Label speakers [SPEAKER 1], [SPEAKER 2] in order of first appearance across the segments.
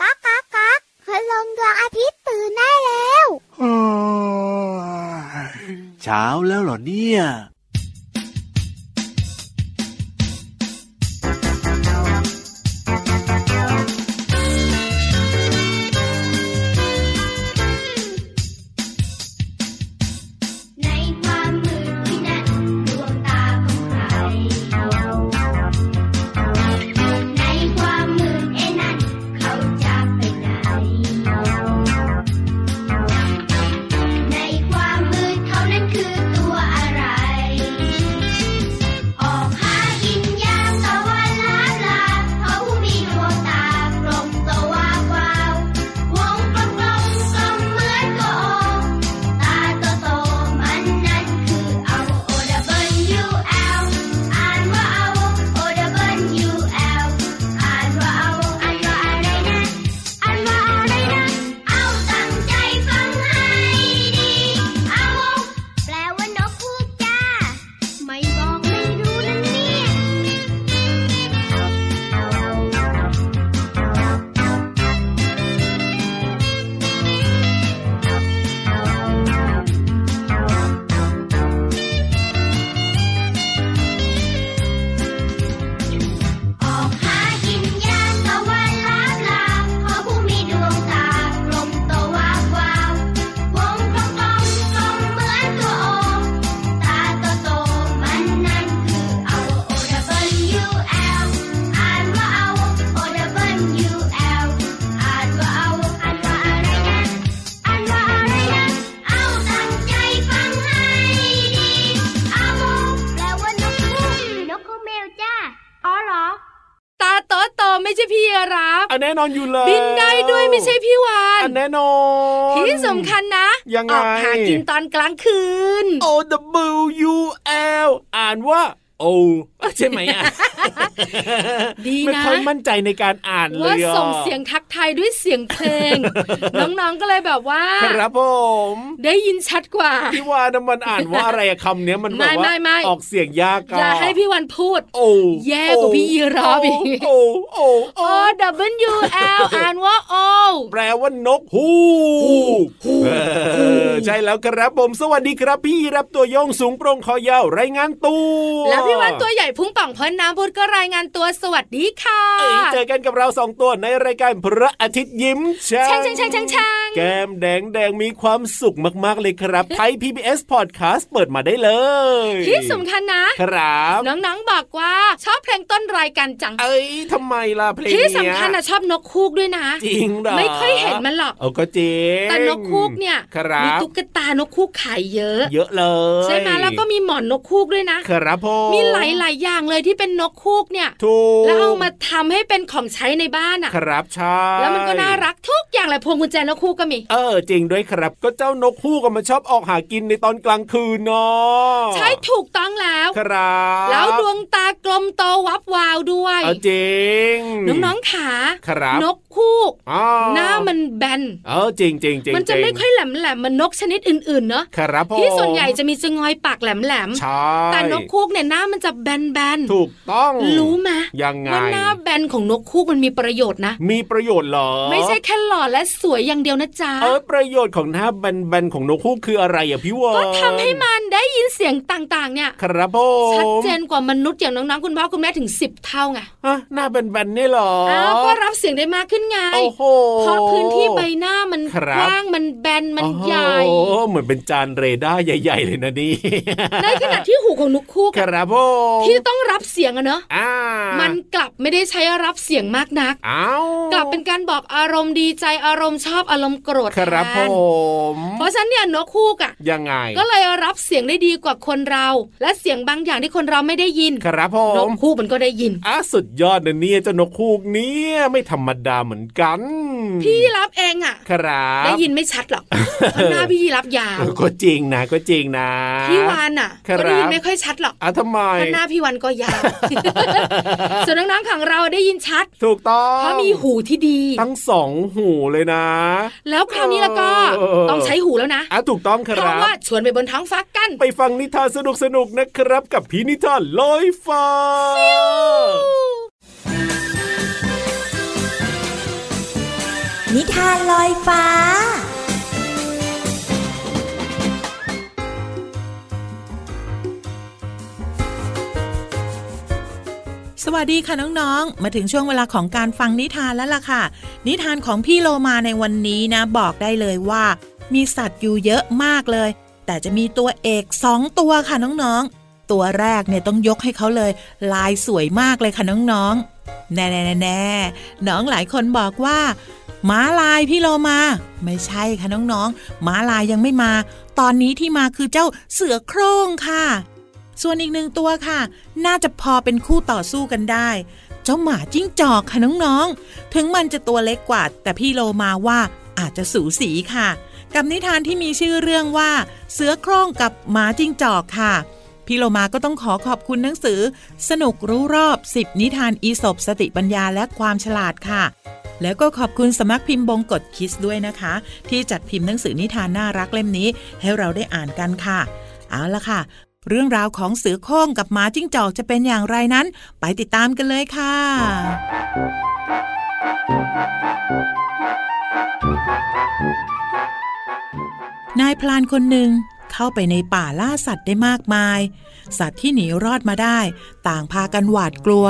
[SPEAKER 1] ก๊ากก๊ากก๊ากคืลงดวงอาทิตย์ตื่นได้แล้ว
[SPEAKER 2] เช้าแล้วเหรอเนี่ย
[SPEAKER 3] ในความมืดที่นั่นดวงตาของใคร ในความมืดไอ้นั่นเขาจะไปไหน ในความมืดเขานั้นคือตัวอะไร ออกหากินยาสวรรค์ล้านลาเพราะผู้มีดวงตากลมสว่างวาว วงกลมกลมกลมเหมือนกบ ตาโตๆมันนั่นคือเอา O W L อ่านว่าเอา O W L อ่านว่าเอาอ่านว่าอะไรนะอ่านว่าอะไรนะ เอาตั้งใจฟังให้ดี เอา แปลว่านกพูดจ้า ไม่บอกไม่รู้นะเนี่ย ออกหากินยามตะวันลับลาเพราะผู้มีดวงตากลมโตวาววาววงกลมกลมกลมเหมือนตัวโอตาโตโตมันนั่นคือเอา O W L อ่านว่าเอา O W L อ่านว่าเอาอ่านว่าอะไรนะอ่านว่าอะไรนะเอาตั้งใจฟังให้ดีเอาแปลว่านกฮูกหรือนกฮูกแมวจ้าอ๋อเหรอ
[SPEAKER 4] ตาโตโตๆไม่ใช่พี่รับ
[SPEAKER 5] อันแน่นอนอยู่เลย
[SPEAKER 4] บินได้ด้วยไม่ใช่พี่วา
[SPEAKER 5] อั
[SPEAKER 4] น
[SPEAKER 5] นแน่นอน
[SPEAKER 4] ที่สำคัญนะ
[SPEAKER 5] ยังไง
[SPEAKER 4] ออกหากินตอนกลางคืน
[SPEAKER 5] O W U L อ่านว่า O ใช่ไหมอ่ะ
[SPEAKER 4] ดี
[SPEAKER 5] ไม่
[SPEAKER 4] นะ
[SPEAKER 5] ค่อยมั่นใจในการอ่านเล
[SPEAKER 4] ว่าย
[SPEAKER 5] อ่ะ
[SPEAKER 4] ส่งเสียงทักทายด้วยเสียงเพล ง น้องๆก็เลยแบบว่า
[SPEAKER 5] ครับผม
[SPEAKER 4] ได้ยินชัดกว่า
[SPEAKER 5] พี่วานะมันอ่านว่าอะไรอะคำเนี้ยมันแบบ
[SPEAKER 4] ไม่
[SPEAKER 5] ว่า
[SPEAKER 4] ไม่ไม่
[SPEAKER 5] ออกเสียงยาก
[SPEAKER 4] อย่าให้พี่วันพูด
[SPEAKER 5] โอ
[SPEAKER 4] แย่กว่าพี่ยีราฟอีก
[SPEAKER 5] โอโอโอ
[SPEAKER 4] O W L อ่านว่า O
[SPEAKER 5] แปลว่านกฮูกเออใช่แล้วครับผม สวัสดีครับพี่รับตัวโยงสูงโปรงคอยาวรายงานตัว
[SPEAKER 4] แล้วพี่วันตัวใหญ่พุ่งป่องพ้นน้ำพุดก็รายงานตัวสวัสดีค่ะ
[SPEAKER 5] เอ้ยเจอกันกับเราสองตัวในรายการพระอาทิตย์ยิ้มช่า
[SPEAKER 4] แช่งแช่งแช่งแช่งแช่ง
[SPEAKER 5] แก้มแดงแดงมีความสุขมาก ๆ เลยครับ ไทย PBS Podcast เปิดมาได้เลย
[SPEAKER 4] ที่สำคัญนะ
[SPEAKER 5] ครับ
[SPEAKER 4] น้องๆบอกว่าชอบเพลงต้นรายการจัง
[SPEAKER 5] เอ้ยทำไมล่ะเพลง
[SPEAKER 4] ที่
[SPEAKER 5] เนี้ย
[SPEAKER 4] สำคัญนะชอบนกคูกด้วยนะ
[SPEAKER 5] จริงเหรอ
[SPEAKER 4] ไม่ค่อยเห็นมันหรอก
[SPEAKER 5] เอาก็จริง
[SPEAKER 4] แต่นกคูกเนี่ย
[SPEAKER 5] ครับ
[SPEAKER 4] มีตุ๊กตานกคูกขายเยอะ
[SPEAKER 5] เยอะเลย
[SPEAKER 4] ใช่ไหมแล้วก็มีหมอนนกคูกด้วยนะ
[SPEAKER 5] ครับผม
[SPEAKER 4] มีหลายๆอย่างเลยที่เป็นนกคูกเนี่ย
[SPEAKER 5] ถูก
[SPEAKER 4] แล้วเอามาทำให้เป็นของใช้ในบ้าน
[SPEAKER 5] ค
[SPEAKER 4] อะ่ะ
[SPEAKER 5] รับใช่
[SPEAKER 4] แล้วมันก็น่ารักทุกอย่างเลยพวงกุญแจนกคูกก็มี
[SPEAKER 5] เออจริงด้วยครับ ก็เจ้านกฮูกอะมันชอบออกหากินในตอนกลางคืนเนาะ
[SPEAKER 4] ใช่ถูกต้องแล้ว
[SPEAKER 5] ครับ
[SPEAKER 4] แล้วดวงตากลมโตวับวาวด้วย
[SPEAKER 5] เออจริง
[SPEAKER 4] น้องๆขา
[SPEAKER 5] ครับ
[SPEAKER 4] นกคูก
[SPEAKER 5] อ๋อ
[SPEAKER 4] หน้ามันแบน
[SPEAKER 5] เออจริงจริงจริง
[SPEAKER 4] มันจะไม่ค่อยแหลมแหลมๆมันนกชนิดอื่นๆเนอะ
[SPEAKER 5] ครับผม
[SPEAKER 4] ที่ส่วนใหญ่จะมีจะงอยปากแหลมแหลมๆ
[SPEAKER 5] ใช่
[SPEAKER 4] แต่นกคูกเนี่ยหน้ามันจะแบนแบนๆ
[SPEAKER 5] ถูกต้อง
[SPEAKER 4] รู้ไหม
[SPEAKER 5] ยังไง
[SPEAKER 4] ว่าหน้าแบนของนกคูกมันมีประโยชน์นะ
[SPEAKER 5] มีประโยชน์เหรอ
[SPEAKER 4] ไม่ใช่แค่หล่อและสวยอย่างเดียวนะจ๊ะ
[SPEAKER 5] เออประโยชน์ของหน้าแบนๆของนกฮูกคืออะไรอ่ะพี่วอน
[SPEAKER 4] ก็ทำให้มันได้ยินเสียงต่างๆ เนี่ย
[SPEAKER 5] ครับผ
[SPEAKER 4] ชัด
[SPEAKER 5] ม
[SPEAKER 4] เจนกว่ามนุษย์อย่างน้องๆคุณพ่อคุณแม่ถึง 10 เท่าไง
[SPEAKER 5] ฮะหน้าแบนๆเนี่ยเหรอ
[SPEAKER 4] อ้าวก็รับเสียงได้มากขึ้นไง
[SPEAKER 5] โอ้โห
[SPEAKER 4] เพราะพื้นที่ใบหน้ามัน
[SPEAKER 5] ครับ
[SPEAKER 4] กว้างมันแบนมันใหญ่
[SPEAKER 5] โอ้โหเหมือนเป็นจานเรดาร์ใหญ่ ๆ เลยนะนี่
[SPEAKER 4] ในขณะที่หูของนกคู่
[SPEAKER 5] ค
[SPEAKER 4] กัน
[SPEAKER 5] รับผม
[SPEAKER 4] ที่ต้องรับเสียงอะเนอะ
[SPEAKER 5] อ่ามั
[SPEAKER 4] มันกลับไม่ได้ใช้รับเสียงมากนัก
[SPEAKER 5] อ้าว
[SPEAKER 4] กลับเป็นการบอกอารมณ์ดีใจอารมณ์ชอบอารมณ์โกรธแท
[SPEAKER 5] ครับผ
[SPEAKER 4] น
[SPEAKER 5] ม
[SPEAKER 4] เพราะฉะนั้นเนี่ยนกคู่กะ
[SPEAKER 5] ยังไง
[SPEAKER 4] ก็เลยรับเสียงได้ดีกว่าคนเรา และเสียงบางอย่างที่คนเราไม่ได้ยิน
[SPEAKER 5] ครับผ
[SPEAKER 4] น
[SPEAKER 5] ม
[SPEAKER 4] กคู่มันก็ได้ยิน
[SPEAKER 5] อ่ะสุดยอดนะเนี่ยเจ้านกคูกเนี่ยไม่ธรรมดาเหมือนกัน
[SPEAKER 4] พี่รับเองอะ
[SPEAKER 5] ครับ
[SPEAKER 4] ได้ยินไม่ชัด หรอกเพราะหน้าพี่รับยาว
[SPEAKER 5] เออก็จริงนะก็จริงนะ
[SPEAKER 4] พี่วานอะ
[SPEAKER 5] ครับ
[SPEAKER 4] ก็ได้ยินไม่ค่อยชัดหรอก
[SPEAKER 5] อ่ะทำไม
[SPEAKER 4] เพราะหน้าพี่วันก็ยาวส่วนน้องๆของเราได้ยินชัด
[SPEAKER 5] ถูกต้อง
[SPEAKER 4] เพราะมีหูที่ดี
[SPEAKER 5] ทั้งสองหูเลยนะ
[SPEAKER 4] แล้วคราวนี้แล้วก็
[SPEAKER 5] เออ
[SPEAKER 4] ต้องใช้หูแล้วนะ
[SPEAKER 5] อ่ะถูกต้องค
[SPEAKER 4] เพ
[SPEAKER 5] รั
[SPEAKER 4] ราะว่า
[SPEAKER 5] บ
[SPEAKER 4] ชวนไปบนท้องฟ้ากัน
[SPEAKER 5] ไปฟังนิทานสนุกๆนะครับ กับพี่นิทานลอยฟ้า
[SPEAKER 6] นิทานลอยฟ้า
[SPEAKER 7] สวัสดีค่ะน้องๆ มาถึงช่วงเวลาของการฟังนิทานแล้วล่ะค่ะ นิทานของพี่โลมาในวันนี้นะ บอกได้เลยว่า มีสัตว์อยู่เยอะมากเลย แต่จะมีตัวเอกสองตัวค่ะน้องๆ ตัวแรกเนี่ยต้องยกให้เขาเลย ลายสวยมากเลยค่ะน้องๆ แน่ๆๆๆน้องหลายคนบอกว่าม้าลายพี่โลมา ไม่ใช่ค่ะน้องๆม้าลายยังไม่มา ตอนนี้ที่มาคือเจ้าเสือโคร่งค่ะ ส่วนอีกหนึ่งตัวค่ะ น่าจะพอเป็นคู่ต่อสู้กันได้ เจ้าหมาจิ้งจอกค่ะน้องๆ ถึงมันจะตัวเล็กกว่า แต่พี่โลมาว่าอาจจะสูสีค่ะ กับนิทานที่มีชื่อเรื่องว่า เสือโคร่งกับหมาจิ้งจอกค่ะ พี่โลมาก็ต้องขอขอบคุณหนังสือ สนุกรู้รอบ 10 นิทานอีสบสติปัญญาและความฉลาดค่ะ แล้วก็ขอบคุณสมัครพิมพ์บงกฎคิสด้วยนะคะ ที่จัดพิมพ์หนังสือนิทานน่ารักเล่มนี้ ให้เราได้อ่านกันค่ะ เอาละค่ะ เรื่องราวของเสือโคร่งกับหมาจิ้งจอกจะเป็นอย่างไรนั้น ไปติดตามกันเลยค่ะ นายพลานคนหนึ่งเข้าไปในป่าล่าสัตว์ได้มากมาย สัตว์ที่หนีรอดมาได้ ต่างพากันหวาดกลัว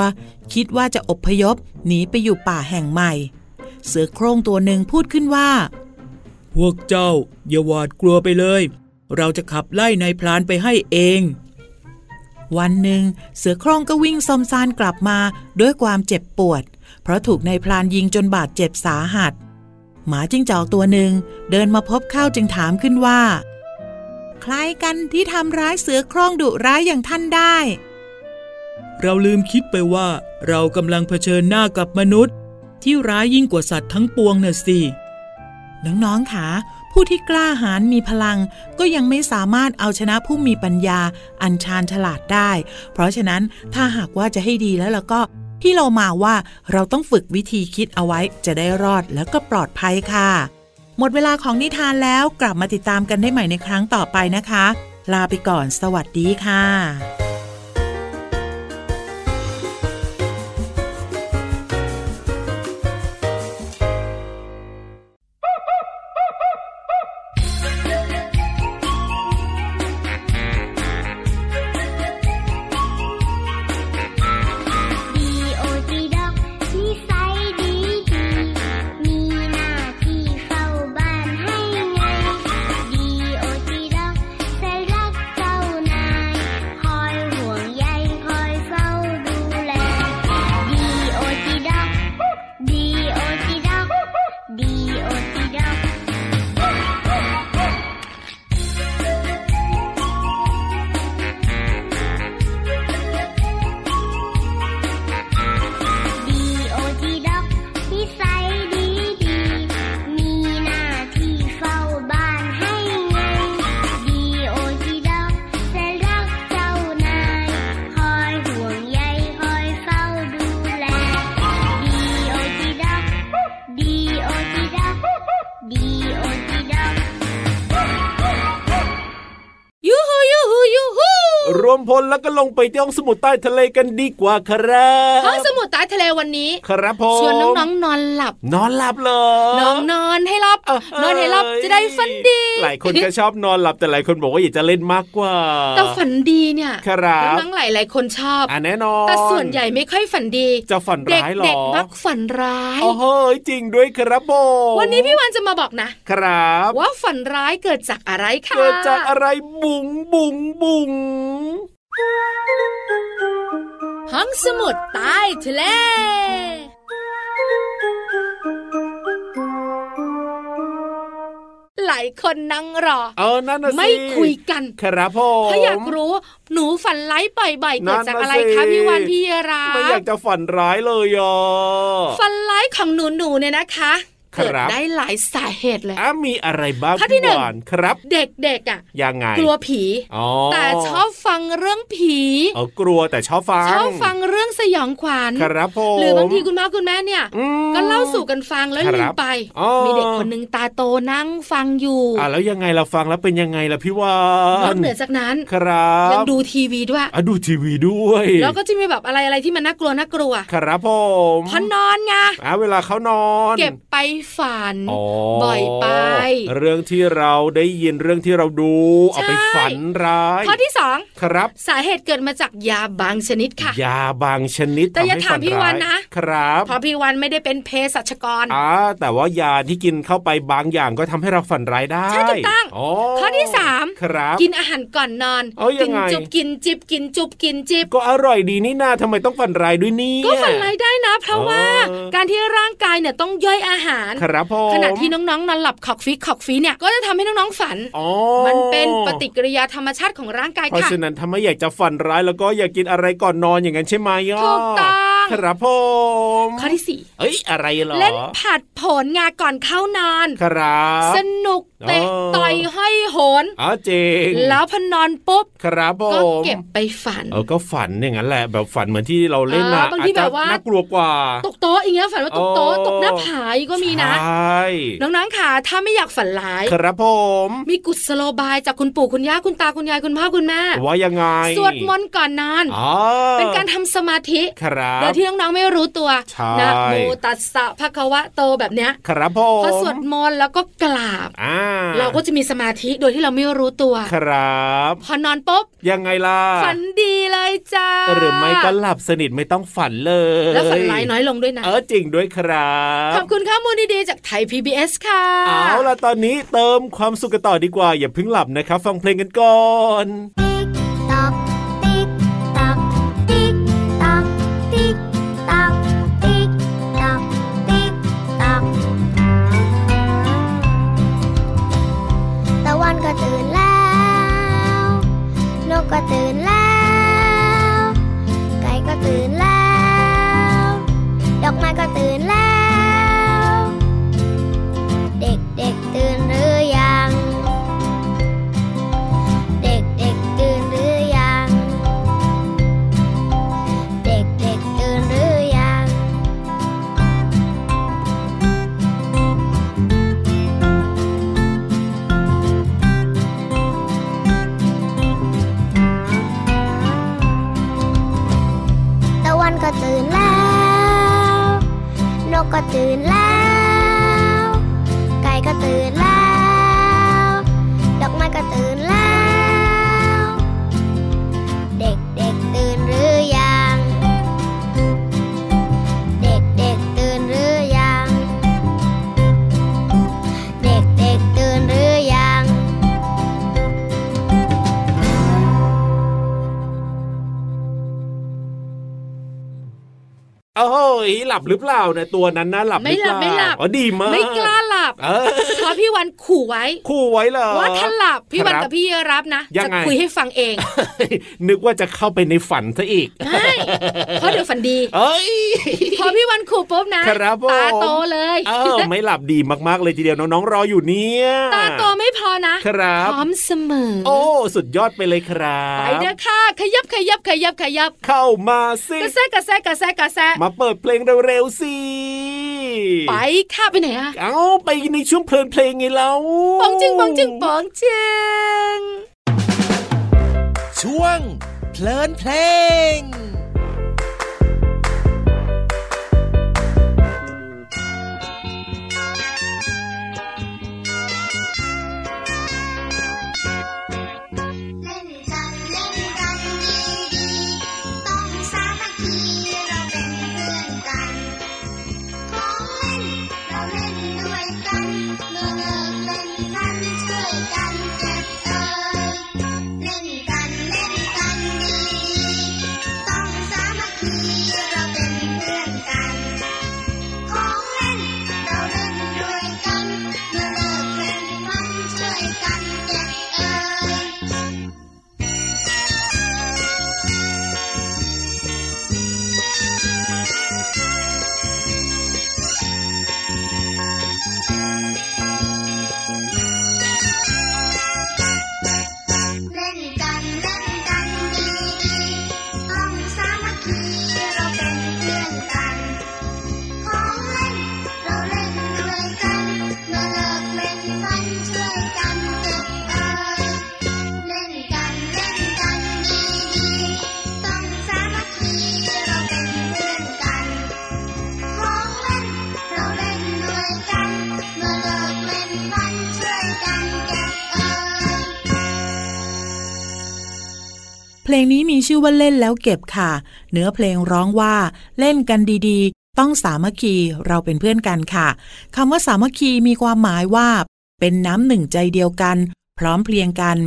[SPEAKER 7] คิดว่าจะอพยพหนีไปอยู่ป่าแห่งใหม่ เสือโคร่งตัวหนึ่งพูดขึ้นว่า
[SPEAKER 8] พวกเจ้าอย่าหวาดกลัวไปเลย เราจะขับไล่นายพลานไปให้เอง
[SPEAKER 7] วันหนึ่งเสือโคร่งก็วิ่งซอมซานกลับมาด้วยความเจ็บปวด เพราะถูกนายพลานยิงจนบาดเจ็บสาหัส หมาจิ้งจอกตัวหนึ่งเดินมาพบเข้าจึงถามขึ้นว่า ใครกันที่ทำร้ายเสือโคร่งดุร้ายอย่างท่านได้
[SPEAKER 8] เราลืมคิดไปว่า เรากำลังเผชิญหน้ากับมนุษย์ ที่ร้ายยิ่งกว่าสัตว์ทั้งปวงน่ะสิ
[SPEAKER 7] น้องๆค่ะผู้ที่กล้าหาญมีพลัง ก็ยังไม่สามารถเอาชนะผู้มีปัญญา อันชาญฉลาดได้ เพราะฉะนั้นถ้าหากว่าจะให้ดีแล้วล่ะก็ พี่เรามาว่าเราต้องฝึกวิธีคิดเอาไว้จะได้รอดแล้วก็ปลอดภัยค่ะ หมดเวลาของนิทานแล้วกลับมาติดตามกันได้ใหม่ในครั้งต่อไปนะคะ ลาไปก่อนสวัสดีค่ะ
[SPEAKER 1] ดีโอจีด็อกนิสัยดีดี มีหน้าที่เฝ้าบ้านให้ไงดีโอจีด็อกจะรักเจ้านาย คอยห่วงใยคอยเฝ้าดูแล ดีโอจีด็อกดีโอจีด็อกดีโอจีด็อก ดีโอจีด็อกนิสัยดีดี มีหน้าที่เฝ้าบ้านให้ไงดีโอจีด็อกจะรักเจ้านาย คอยห่วงใยคอยเฝ้าดูแลดีโอจีด็อกดีโอจีด็อกดีโอจีด็อก
[SPEAKER 4] ยูฮูยูฮูยูฮู
[SPEAKER 5] รวมพลแล้วก็ลงไปที่ห้องสมุดใต้ทะเลกันดีกว่าครับ
[SPEAKER 4] ห้องสมุดใต้ทะเลวันนี้
[SPEAKER 5] ครับผม
[SPEAKER 4] ชวนน้องๆนอนหลับ
[SPEAKER 5] นอนหลับเหรอ
[SPEAKER 4] น้องนอนให้หลับ
[SPEAKER 5] เอ้ย
[SPEAKER 4] นอนให้หลับจะได้ฝันดี
[SPEAKER 5] หลายคนก็ชอบนอนหลับแต่หลายคนบอกว่าอยากจะเล่นมากกว่า
[SPEAKER 4] แต่ฝันดีเนี่ย
[SPEAKER 5] ครับ
[SPEAKER 4] น้องๆหลายๆคนชอบ
[SPEAKER 5] อ่ะแน่นอน
[SPEAKER 4] แต่ส่วนใหญ่ไม่ค่อยฝันดี
[SPEAKER 5] จะฝัน
[SPEAKER 4] เด็ก
[SPEAKER 5] ร้ายหรอ
[SPEAKER 4] เด็กมักฝันร้าย
[SPEAKER 5] โอ้โหจริงด้วยครับผม
[SPEAKER 4] วันนี้พี่วันจะมาบอกนะ
[SPEAKER 5] ครับ
[SPEAKER 4] ว่าฝันร้ายเกิดจากอะไรค่ะ
[SPEAKER 5] เกิดจากอะไรบุ๋งบุ๋งบุ๋ง
[SPEAKER 4] ห้องสมุดใต้ทะเล หลายคนนั่งรอ
[SPEAKER 5] เออนั่นน่ะสิ
[SPEAKER 4] ไม่คุยกัน
[SPEAKER 5] ครับผม
[SPEAKER 4] ถ้าอยากรู้หนูฝันร้ายบ่อยๆ
[SPEAKER 5] นั่
[SPEAKER 4] เกิด
[SPEAKER 5] นน่ะ
[SPEAKER 4] จากอะไร
[SPEAKER 5] สิ
[SPEAKER 4] คะพี่วันพี่รา
[SPEAKER 5] ไม่อยากจะฝันร้ายเลยอ่ะ
[SPEAKER 4] ฝันร้ายของหนูหนูๆเนี่ยนะคะ
[SPEAKER 5] ครับ
[SPEAKER 4] เกิดได้หลายสาเหตุเลย
[SPEAKER 5] อ่ะมีอะไรบ้าง
[SPEAKER 4] ข้อที่หนึ่ง
[SPEAKER 5] พี่วานครับ
[SPEAKER 4] เด็กๆอ่ะ
[SPEAKER 5] ยังไง
[SPEAKER 4] กลัวผี
[SPEAKER 5] อ๋อ
[SPEAKER 4] แต่ชอบฟังเรื่องผี
[SPEAKER 5] เออกลัวแต่ชอบฟัง
[SPEAKER 4] ชอบฟังเรื่องสยองขวัญ
[SPEAKER 5] ครับผม
[SPEAKER 4] หรือบางทีคุณพ่อคุณแม่เนี่ย
[SPEAKER 5] อืม
[SPEAKER 4] ก็เล่าสู่กันฟังแล้ว
[SPEAKER 5] ครับ
[SPEAKER 4] ลืมไป
[SPEAKER 5] อ๋อ
[SPEAKER 4] มีเด็กคนหนึ่งตาโตนั่งฟังอยู่
[SPEAKER 5] อ่ะแล้วยังไงเราฟังแล้วเป็นยังไงล่ะพี่วาน
[SPEAKER 4] อกเหนือจากนั้น
[SPEAKER 5] ครับ
[SPEAKER 4] ยังดูทีวีด้วย
[SPEAKER 5] อ่ะดูทีวีด้วย
[SPEAKER 4] แล้วก็จะมีแบบอะไรอะไรที่มันน่ากลัวน่ากลัว
[SPEAKER 5] ครับผม
[SPEAKER 4] พอนอนไง
[SPEAKER 5] อ่ะเวลาเขานอน
[SPEAKER 4] เก็บไป ฝัน
[SPEAKER 5] อ๋อ
[SPEAKER 4] บ่อยไป
[SPEAKER 5] เรื่องที่เราได้ยินเรื่องที่เราดู เอาไปฝันร้าย
[SPEAKER 4] ข้อที่สอง
[SPEAKER 5] ครับ
[SPEAKER 4] สาเหตุเกิดมาจากยาบางชนิดค่ะ
[SPEAKER 5] ยาบางชนิด
[SPEAKER 4] แต่อย่า
[SPEAKER 5] ทำให้
[SPEAKER 4] ถาม
[SPEAKER 5] ฝั
[SPEAKER 4] พี่
[SPEAKER 5] ร้
[SPEAKER 4] วันนะ
[SPEAKER 5] ครับ
[SPEAKER 4] เพราะพี่วันไม่ได้เป็นเภสัชกร
[SPEAKER 5] อ่าแต่ว่ายาที่กินเข้าไปบางอย่างก็ทำให้เราฝันร้ายได้
[SPEAKER 4] ใช่ถูกต้อง
[SPEAKER 5] อ
[SPEAKER 4] ข้อที่สาม
[SPEAKER 5] ครับ
[SPEAKER 4] กินอาหารก่อนนอน
[SPEAKER 5] เอ้ยยั
[SPEAKER 4] กิ
[SPEAKER 5] งไง
[SPEAKER 4] จุบกินจิบกินจุบกินจิบ
[SPEAKER 5] ก็อร่อยดีนี่นาทำไมต้องฝันร้ายด้วยเนี่ย
[SPEAKER 4] ก็ฝันร้ายได้นะ เพราะ
[SPEAKER 5] อ๋อ
[SPEAKER 4] ว่าการที่ร่างกายเนี่ยต้องย่อยอาหาร
[SPEAKER 5] ครับผม
[SPEAKER 4] ขณะที่น้องๆนอนหลับขอกฟีขอกฟีเนี่ยก็จะทำให้น้องๆฝัน
[SPEAKER 5] อ๋อ
[SPEAKER 4] มันเป็นปฏิกิริยาธรรมชาติของร่างกาย
[SPEAKER 5] เพราะ
[SPEAKER 4] ค่ะ
[SPEAKER 5] ฉะนั้นถ้าไม่อยากจะฝันร้ายแล้วก็อยากกินอะไรก่อนนอนอย่างนั้นใช่ไหมย่
[SPEAKER 4] ถูกต้อง
[SPEAKER 5] ครับผม
[SPEAKER 4] ข้อที่สี่
[SPEAKER 5] เอ้ยอะไรเหรอ
[SPEAKER 4] เล่นผัดผลงาก่อนเข้านอน
[SPEAKER 5] ครับ
[SPEAKER 4] สนุกเตะ
[SPEAKER 5] อ๋อ
[SPEAKER 4] ต่อยห้อยโหน
[SPEAKER 5] อ๋อจริง
[SPEAKER 4] แล้วพอนอนปุ๊บ
[SPEAKER 5] ครับผม
[SPEAKER 4] ก็เก็บไปฝัน
[SPEAKER 5] เออก็ฝันอย่างนั้นแหละแบบฝันเหมือนที่เราเล่นนะ
[SPEAKER 4] เออบางที
[SPEAKER 5] อจจะ
[SPEAKER 4] แบบว่า
[SPEAKER 5] น่ากลัวกว่า
[SPEAKER 4] ตกโต๊ะอย่างเงี้ยฝันว่าตกโต๊ะ
[SPEAKER 5] โอ้
[SPEAKER 4] ตกหน้าผาอีกก็มีนะ
[SPEAKER 5] ใช่
[SPEAKER 4] น้องๆค่ะถ้าไม่อยากฝันร้าย
[SPEAKER 5] ครับผม
[SPEAKER 4] มีกุศโลบายจากคุณปู่คุณย่าคุณตาคุณยายคุณพ่อคุณแม่
[SPEAKER 5] ว่ายังไง
[SPEAKER 4] สวดมนต์ก่อนนอน
[SPEAKER 5] อ๋อ
[SPEAKER 4] เป็นการทำสมาธิ
[SPEAKER 5] ครับ
[SPEAKER 4] โดยที่น้องๆไม่รู้ตัว
[SPEAKER 5] ใช่
[SPEAKER 4] นะโมตัสสะภะคะวะโตแบบเนี้ย
[SPEAKER 5] ครับผ
[SPEAKER 4] พ
[SPEAKER 5] ม
[SPEAKER 4] อสวดมนต์แล้วก็กราบ
[SPEAKER 5] อ่า
[SPEAKER 4] เราก็จะมีสมาธิโดยที่เราไม่รู้ตัว
[SPEAKER 5] ครับ
[SPEAKER 4] พอนอนปุ๊บ
[SPEAKER 5] ยังไงล่ะ
[SPEAKER 4] ฝันดีเลยจ้า
[SPEAKER 5] หรือไม่ก็หลับสนิทไม่ต้องฝันเลย
[SPEAKER 4] แล้วฝันร้ายน้อยลงด้วยนะ
[SPEAKER 5] เออจริงด้วยครับ
[SPEAKER 4] ขอบคุณข้อมูลดีๆจากไทย PBS ค่ะ
[SPEAKER 5] เอาล่ะตอนนี้เติมความสุขกันต่อดีกว่า อย่าเพิ่งหลับนะครับ ฟังเพลงกันก่อน
[SPEAKER 3] ตอกติ๊กตอกติ๊กตอกติ๊กตอกติ๊กตอกติ๊กตอก
[SPEAKER 1] ตะวันก็ตื่นแล้วนกก็ตื่นแล้ว ไก่ก็ตื่นแล้ว ดอกไม้ก็ตื่นแล้ว เด็กเด็กๆตื่นหรือยัง เด็กเด็กๆตื่นหรือยัง เด็กเด็กๆตื่นหรือยัง ตะวันก็ตื่นแล้ว นกก็ตื่นแล้ว ไก่ก็ตื่นแล้ว ดอกไม้ก็ตื่นแล้ว เด็กเด็กๆตื่นหรือยัง เด็กเด็กๆตื่นหรือยัง เด็กเด็กๆตื่นหรือยัง
[SPEAKER 5] โอ้ยหลับหรือเปล่าเนี่ยตัวนั้นนะหลับรื
[SPEAKER 4] ไม่
[SPEAKER 5] อเปา
[SPEAKER 4] หลับไม่หลับ
[SPEAKER 5] อ๋อดีมาก
[SPEAKER 4] ไม่กล้าหลับ
[SPEAKER 5] เออ
[SPEAKER 4] เพราะพี่วันขู่ไว้
[SPEAKER 5] คู่ไว้เหรอ
[SPEAKER 4] ว่าถ้าหลับพี่วัน
[SPEAKER 5] ครับ
[SPEAKER 4] กับพี่รับนะ
[SPEAKER 5] ยัง
[SPEAKER 4] จะ
[SPEAKER 5] ไง
[SPEAKER 4] คุยให้ฟังเอง
[SPEAKER 5] นึกว่าจะเข้าไปในฝันซะอีก
[SPEAKER 4] ไม่เพราะเดี๋ยวฝันดี
[SPEAKER 5] เอ้ย
[SPEAKER 4] พอพี่วันขู่ปุ๊บนะครับ
[SPEAKER 5] ผม
[SPEAKER 4] ตาโตเลย
[SPEAKER 5] เออไม่หลับดีมากๆเลยทีเดียวน้องๆรออยู่เนี่ย
[SPEAKER 4] ตาโตไม่พอนะครับ พร้อมเสมอ
[SPEAKER 5] โอ้ สุดยอดไปเลยครับ
[SPEAKER 4] ไปเด้อค่ะขยับขยับขยับขยับ
[SPEAKER 5] เข้ามาสิ
[SPEAKER 4] กระแซะกระแซะกระแซะกระแซะ
[SPEAKER 5] มาเปิดเพลงเร็วๆสิ
[SPEAKER 4] ไปค่ะไปไหนอะ
[SPEAKER 5] เอาไปในช่วงเพลินเพลงไงแล้ว
[SPEAKER 4] ปองจึงปองจึงปองจึง
[SPEAKER 9] ช่วง เพลินเพลง
[SPEAKER 3] เล่นกันเล่นกันดีดีต้องสามัคคีเราเป็นเพื่อนกันของเล่นเราเล่นด้วยกันเมื่อเลิกเล่นนั้นช่วยกันเก็บเอ่ยเล่นกันเล่นกันดีดีต้อง
[SPEAKER 7] เพลงนี้มีชื่อว่าเล่นแล้วเก็บค่ะ เนื้อเพลงร้องว่า เล่นกันดีๆ ต้องสามัคคีเราเป็นเพื่อนกันค่ะคำว่าสามัคคีมีความหมายว่า เป็นน้ำหนึ่งใจเดียวกัน พร้อมเพรียงกัน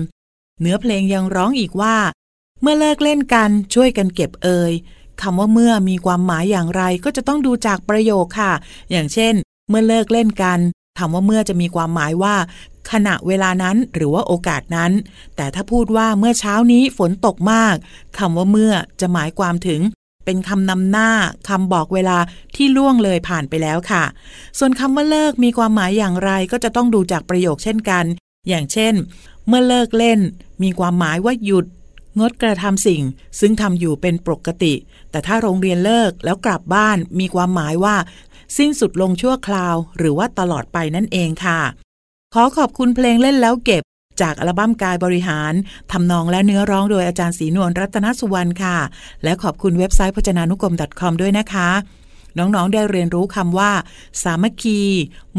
[SPEAKER 7] เนื้อเพลงยังร้องอีกว่า เมื่อเลิกเล่นกันช่วยกันเก็บเอ่ยคำว่าเมื่อมีความหมายอย่างไรก็จะต้องดูจากประโยคค่ะ อย่างเช่น เมื่อเลิกเล่นกันคำว่าเมื่อจะมีความหมายว่า ขณะเวลานั้นหรือว่าโอกาสนั้น แต่ถ้าพูดว่าเมื่อเช้านี้ฝนตกมากคำว่าเมื่อจะหมายความถึง เป็นคำนำหน้าคำบอกเวลาที่ล่วงเลยผ่านไปแล้วค่ะ ส่วนคำว่าเลิกมีความหมายอย่างไรก็จะต้องดูจากประโยคเช่นกัน อย่างเช่น เมื่อเลิกเล่น มีความหมายว่าหยุด งดกระทำสิ่ง ซึ่งทำอยู่เป็นปกติ แต่ถ้าโรงเรียนเลิกแล้วกลับบ้านมีความหมายว่า สิ้นสุดลงชั่วคราว หรือว่าตลอดไปนั่นเองค่ะ ขอขอบคุณเพลงเล่นแล้วเก็บ จากอัลบั้มกายบริหารทำนองและเนื้อร้องโดยอาจารย์ศรีนวลรัตนสุวรรณค่ะ และขอบคุณเว็บไซต์พจนานุกรม .com ด้วยนะคะ น้องๆ ได้เรียนรู้คำว่า สามัคคี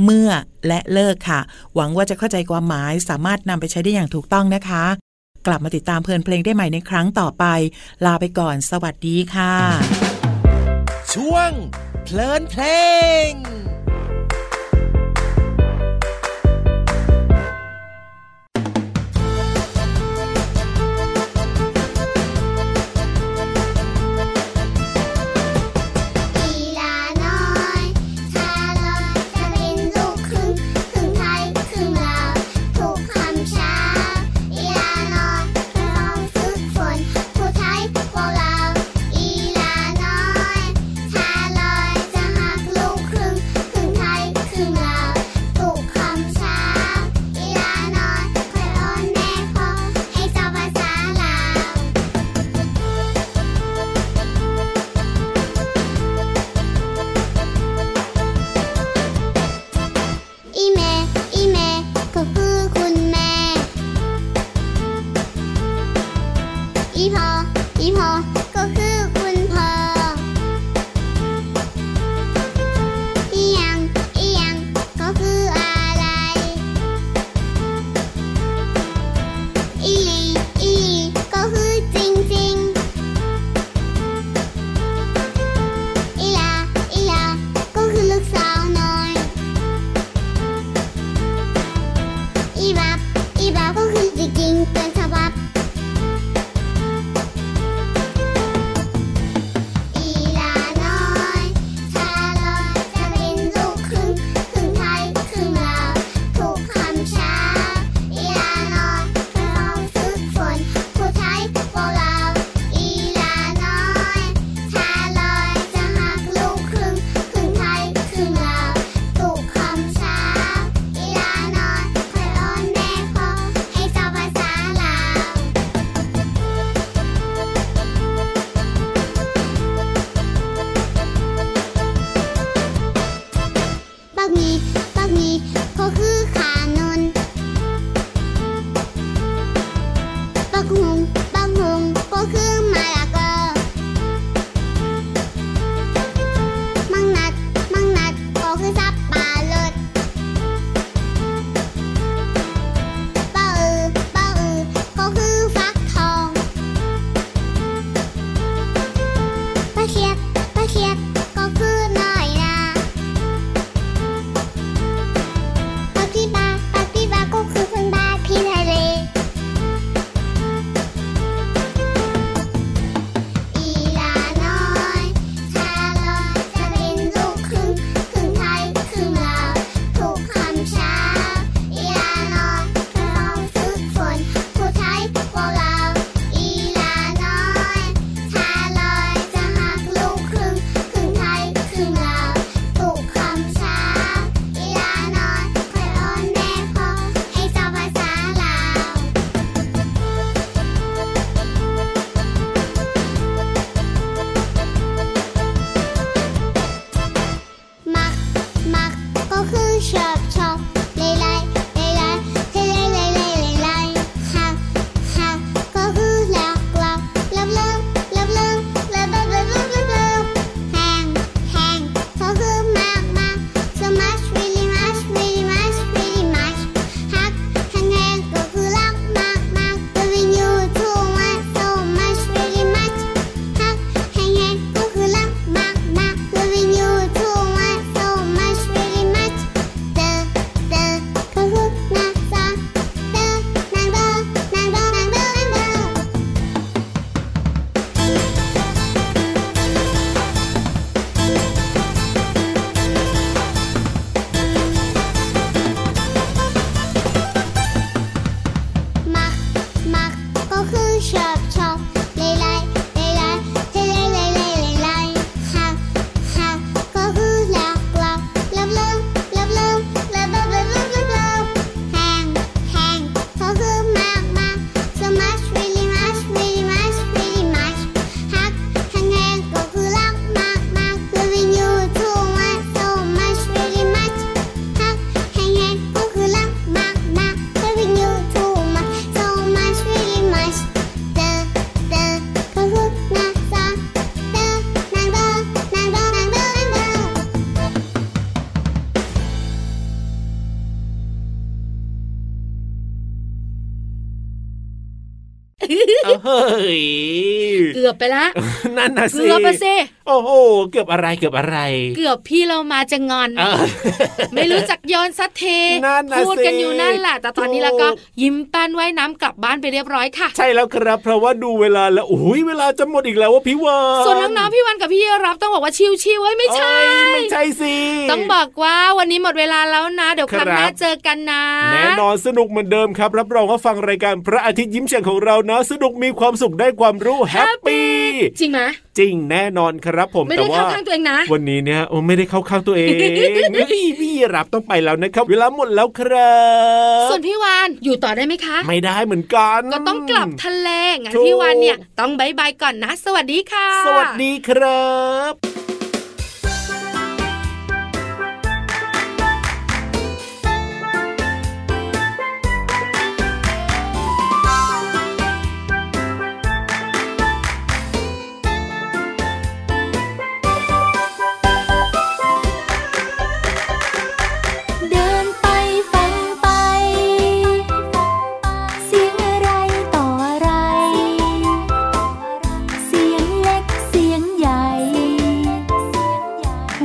[SPEAKER 7] เมื่อ และเลิกค่ะ หวังว่าจะเข้าใจความหมายสามารถนำไปใช้ได้อย่างถูกต้องนะคะ กลับมาติดตามเพลินเพลงได้ใหม่ในครั้งต่อไป ลาไปก่อน สวัสดีค่ะ
[SPEAKER 2] ช่วง เพลินเพลง
[SPEAKER 3] อีลาน้อยชาลอยจะเป็นลูกครึ่งครึ่งไทยครึ่งลาวถูกคำช้าอีลาน้อยร้องฝึกฝนผู้ไทยพวกเราอีลาน้อยชาลอยจะหักลูกครึ่งครึ่งไทยครึ่งลาวถูกคำช้าอีลาน้อยคอยอ้อนแม่พ่อให้เจ้าภาษาลาว อีแม่ อีแม่ ก็คือคุณแม่ อีพอ อีพอ ก็คือคุณพ่อ อียัง อียัง ก็คืออะไร อีหลี อีหลี ก็คือจริงจริงๆอีลา อีลา ก็คือลูกสาวน้อย อีบับ อีบับก็คือจริงๆเป็นฉบับ อีลาน้อยชาลอยจะเป็นลูกครึ่งครึ่งไทยครึ่งลาวถูกคำช้า อีลาน้อยเราฝึกฝนผู้ไทยพวกเรา อีลาน้อยชาลอยจะหักลูกครึ่งครึ่งไทยครึ่งลาวถูกคำช้า อีลาน้อยคอยอ้อนแม่พ่อให้เจ้าภาษาลาว บักมีบักมีก็คือขานนบักหงบักหงก็คือมาลากอมังนัด มังนัดก็คือสับปะรดปะอือปะอือก็คือฟักทองปะเขียดปะเขียดก็คือน้อยนา ปาปีบาปาปีบาก็คือเพื่อนบ้านพี่ทะเล อีลาน้อยชาลอยจะเป็นลูกครึ่งครึ่งไทยครึ่งลาวถูกคำช้า อีลาน้อยเราฝึกฝนผู้ไทยพวกเรา อีลาน้อยชาลอยจะหักลูกครึ่งครึ่งไทยครึ่งลาวถูกคำช้า อีลาน้อยคอยอ้อนแม่พ่อให้เจ้าภาษาลาว มัก มัก ก็คือชอบชอบไล่ไล่ไล่ไล่ไล่ไล่ไล่ไล่ไล่หักหักก็คือหลักหลักลับเลิกลับเลิกลับเลิกลับเลิกลับเลิกแหงแหงก็
[SPEAKER 5] ฮ้ย
[SPEAKER 4] เกือบไปละ
[SPEAKER 5] นั่นนะสิ
[SPEAKER 4] เกือบไปเซ
[SPEAKER 5] โอ้โหเกือบอะไรเกือบอะไร
[SPEAKER 4] เกือบพี่เรามาจะงอน
[SPEAKER 5] เออ
[SPEAKER 4] ไม่รู้จักโยนสักเท
[SPEAKER 5] นั่นน่ะสิ
[SPEAKER 4] พูดกันอยู่นั่นแหละแต่ตอนนี้
[SPEAKER 5] ถูก
[SPEAKER 4] แล้วก็ยิ้มแป้นว่ายน้ำกลับบ้านไปเรียบร้อยค่ะ
[SPEAKER 5] ใช่แล้วครับเพราะว่าดูเวลาแล้วโอ้ยเวลาจะหมดอีกแล้วว่าพี่วาน
[SPEAKER 4] ส่วนน้องๆพี่วันกับพี่รับต้องบอกว่าชิวๆไว้ยไม่ใช่
[SPEAKER 5] เอ้ยไม่ใช่สิ
[SPEAKER 4] ต้องบอกว่าวันนี้หมดเวลาแล้วนะ เดี๋ยวครั้งหน้า
[SPEAKER 5] ครับ
[SPEAKER 4] เจอกันนะ
[SPEAKER 5] แน่นอนสนุกเหมือนเดิมครับ รับรองว่าฟังรายการพระอาทิตย์ยิ้มแฉ่งของเรานะ สนุกมีความสุขได้ความรู้แฮปปี้
[SPEAKER 4] จริงไหม
[SPEAKER 5] จริงแน่นอนครับผม
[SPEAKER 4] ไม่
[SPEAKER 5] แต่
[SPEAKER 4] ได้
[SPEAKER 5] ว่า
[SPEAKER 4] เข้าข้างตัวเองนะ
[SPEAKER 5] วันนี้เนี่ยโอ้ไม่ได้เข้าข้างตัว เองเฮ้ยพี่รับต้องไปแล้วนะครับ เวลาหมดแล้วครับ
[SPEAKER 4] ส่วนพี่วานอยู่ต่อได้ไหมคะ
[SPEAKER 5] ไม่ได้เหมือนกัน
[SPEAKER 4] ก็ต้องกลับทะเลงั้น
[SPEAKER 5] ถูก
[SPEAKER 4] พี่วานเนี่ยต้องบายบายก่อนนะ สวัสดีค่ะ
[SPEAKER 5] สวัสดีครับ
[SPEAKER 10] เดินไปฟังไป เสียงอะไรต่ออะไร เสียงเล็กเสียงใหญ่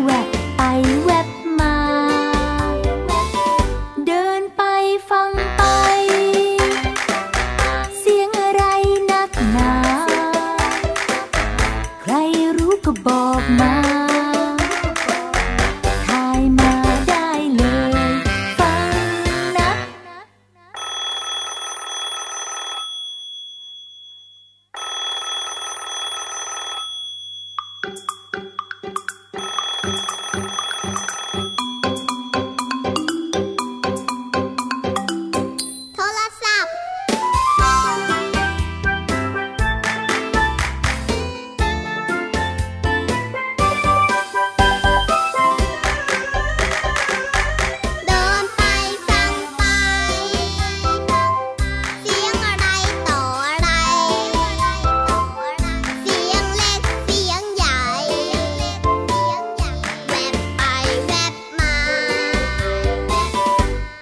[SPEAKER 10] แวบไปแวบมา เดินไปฟังไป เสียงอะไรนักหนา ใครรู้ก็บอกมา ทายมาได้เลย ฟังนะ
[SPEAKER 3] โทรศัพท์ เดินไปฟังไป เสียงอะไรต่ออะไร เสียงเล็กเสียงใหญ่ แวบไปแวบมา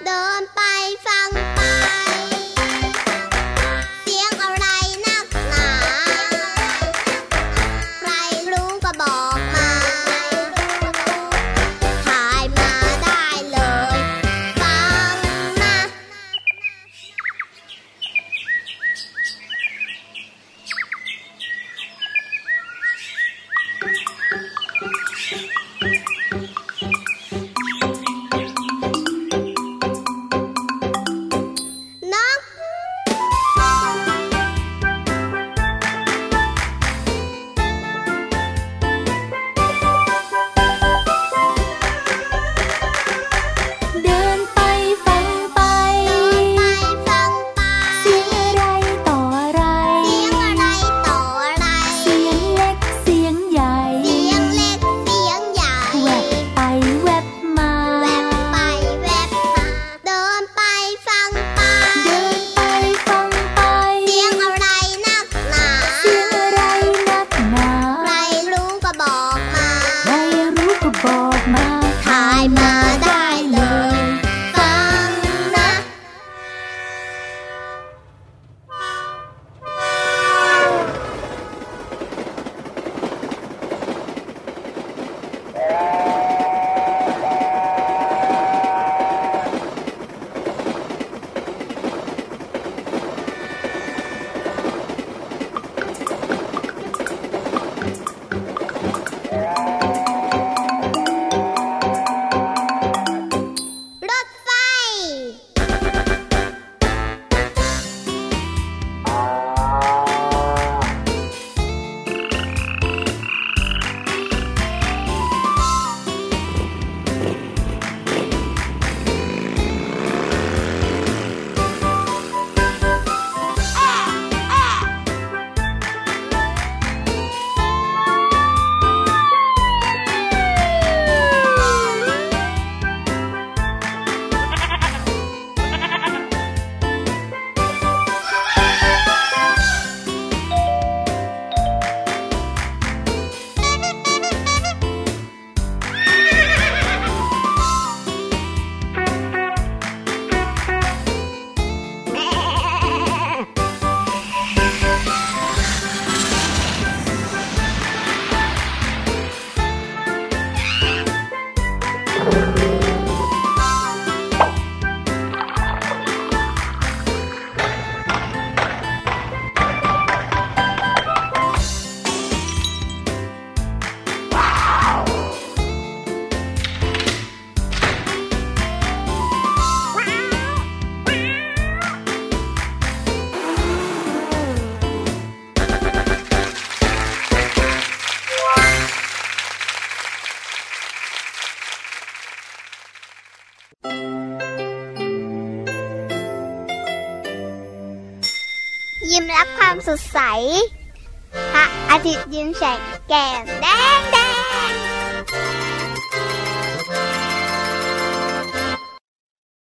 [SPEAKER 3] เดินไปฟังไป เสียงอะไรนักหนา ใครรู้ก็บอกมา ถ่ายมาได้เลย ฟังนะ นก
[SPEAKER 10] เดินไปฟังไป
[SPEAKER 3] ไปฟังไป
[SPEAKER 10] เสียงอะไรต่ออะไร
[SPEAKER 3] เสียงอะไรต่ออะไร
[SPEAKER 10] เสียงเล็กเสียงใหญ่
[SPEAKER 3] เสียงเล็กเสียงใหญ่
[SPEAKER 10] แวบ
[SPEAKER 3] ยิ้มรับความสดใส พระอาทิตย์ยิ้มแฉกแก้มแดงแด